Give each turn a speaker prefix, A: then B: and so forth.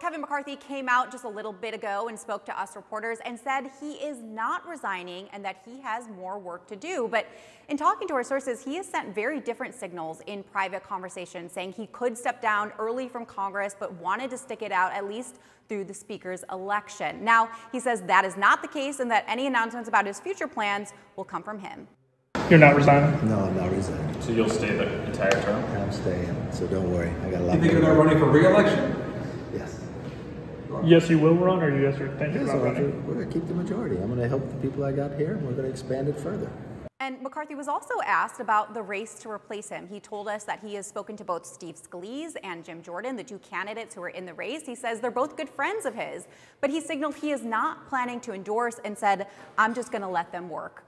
A: Kevin McCarthy came out just a little bit ago and spoke to us reporters and said he is not resigning and that he has more work to do. But in talking to our sources, he has sent very different signals in private conversations, saying he could step down early from Congress but wanted to stick it out at least through the speaker's election. Now, he says that is not the case and that any announcements about his future plans will come from him.
B: You're not resigning?
C: No, I'm not resigning.
D: So you'll stay the entire term?
C: I'm staying, so don't worry. I got a lot.
E: You think you're not running for reelection?
C: Yes.
B: Yes, you will run, or you guys are thinking
C: Yes,
B: about
C: I'm
B: running?
C: gonna- we're going to keep the majority. I'm going to help the people I got here, and we're going to expand it further.
A: And McCarthy was also asked about the race to replace him. He told us that he has spoken to both Steve Scalise and Jim Jordan, the two candidates who are in the race. He says they're both good friends of his, but he signaled he is not planning to endorse and said, I'm just going to let them work.